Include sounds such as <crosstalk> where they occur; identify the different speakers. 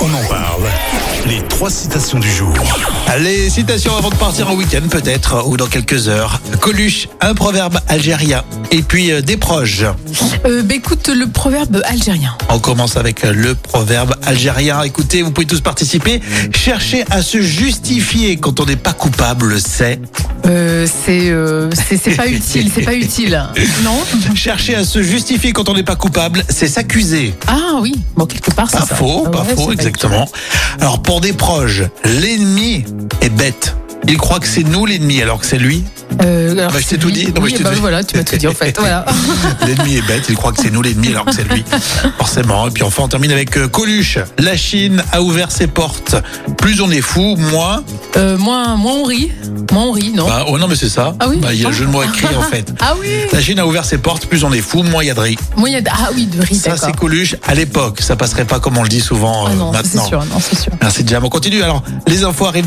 Speaker 1: On en parle. Les trois citations du jour.
Speaker 2: Les citations avant de partir en week-end peut-être, ou dans quelques heures. Coluche, un proverbe algérien, et puis euh, des proches.
Speaker 3: Euh, bah, écoute le proverbe algérien.
Speaker 2: On commence avec euh, le proverbe algérien. Écoutez, vous pouvez tous participer. Chercher à se justifier quand on n'est pas coupable, c'est...
Speaker 3: Euh, c'est euh, c'est c'est
Speaker 2: <laughs>
Speaker 3: pas utile, c'est pas utile. Non
Speaker 2: Chercher à se justifier quand on n'est pas coupable, c'est s'accuser.
Speaker 3: Ah oui, bon quelque part c'est
Speaker 2: Pas
Speaker 3: ça. Ah
Speaker 2: faux, pas
Speaker 3: Ouais, c'est
Speaker 2: faux,
Speaker 3: pas
Speaker 2: exactement. Alors pour des proches, l'ennemi est bête. Il croit que c'est nous l'ennemi alors que c'est lui.
Speaker 3: utile. Euh, alors,
Speaker 2: Bah, je t'ai
Speaker 3: c'est
Speaker 2: tout
Speaker 3: lui.
Speaker 2: dit. Non, mais
Speaker 3: Oui,
Speaker 2: je t'ai
Speaker 3: bah,
Speaker 2: tout dit.
Speaker 3: voilà, tu m'as tout dit en fait. Voilà.
Speaker 2: <laughs> L'ennemi est bête, il croit que c'est nous l'ennemi alors que c'est
Speaker 3: <laughs>
Speaker 2: lui. Forcément. Et puis enfin, on termine avec euh, Coluche. La Chine a ouvert ses portes. Plus on est fou, moins.
Speaker 3: Euh, moins moins on rit, moins on rit, non
Speaker 2: Bah, oh non, mais c'est ça.
Speaker 3: Ah oui
Speaker 2: Bah, Il y a le jeu de mots écrit en fait.
Speaker 3: <laughs> Ah oui.
Speaker 2: La Chine a ouvert ses portes, plus on est fou, moins il y a de riz.
Speaker 3: Moi, il y a- Ah oui, de rire,
Speaker 2: Ça, c'est
Speaker 3: d'accord.
Speaker 2: Coluche à l'époque. Ça passerait pas comme on le dit souvent
Speaker 3: Ah
Speaker 2: euh,
Speaker 3: non, ça, c'est
Speaker 2: maintenant.
Speaker 3: sûr, non, c'est sûr.
Speaker 2: Merci Jam. On continue. Alors, les infos arrivent.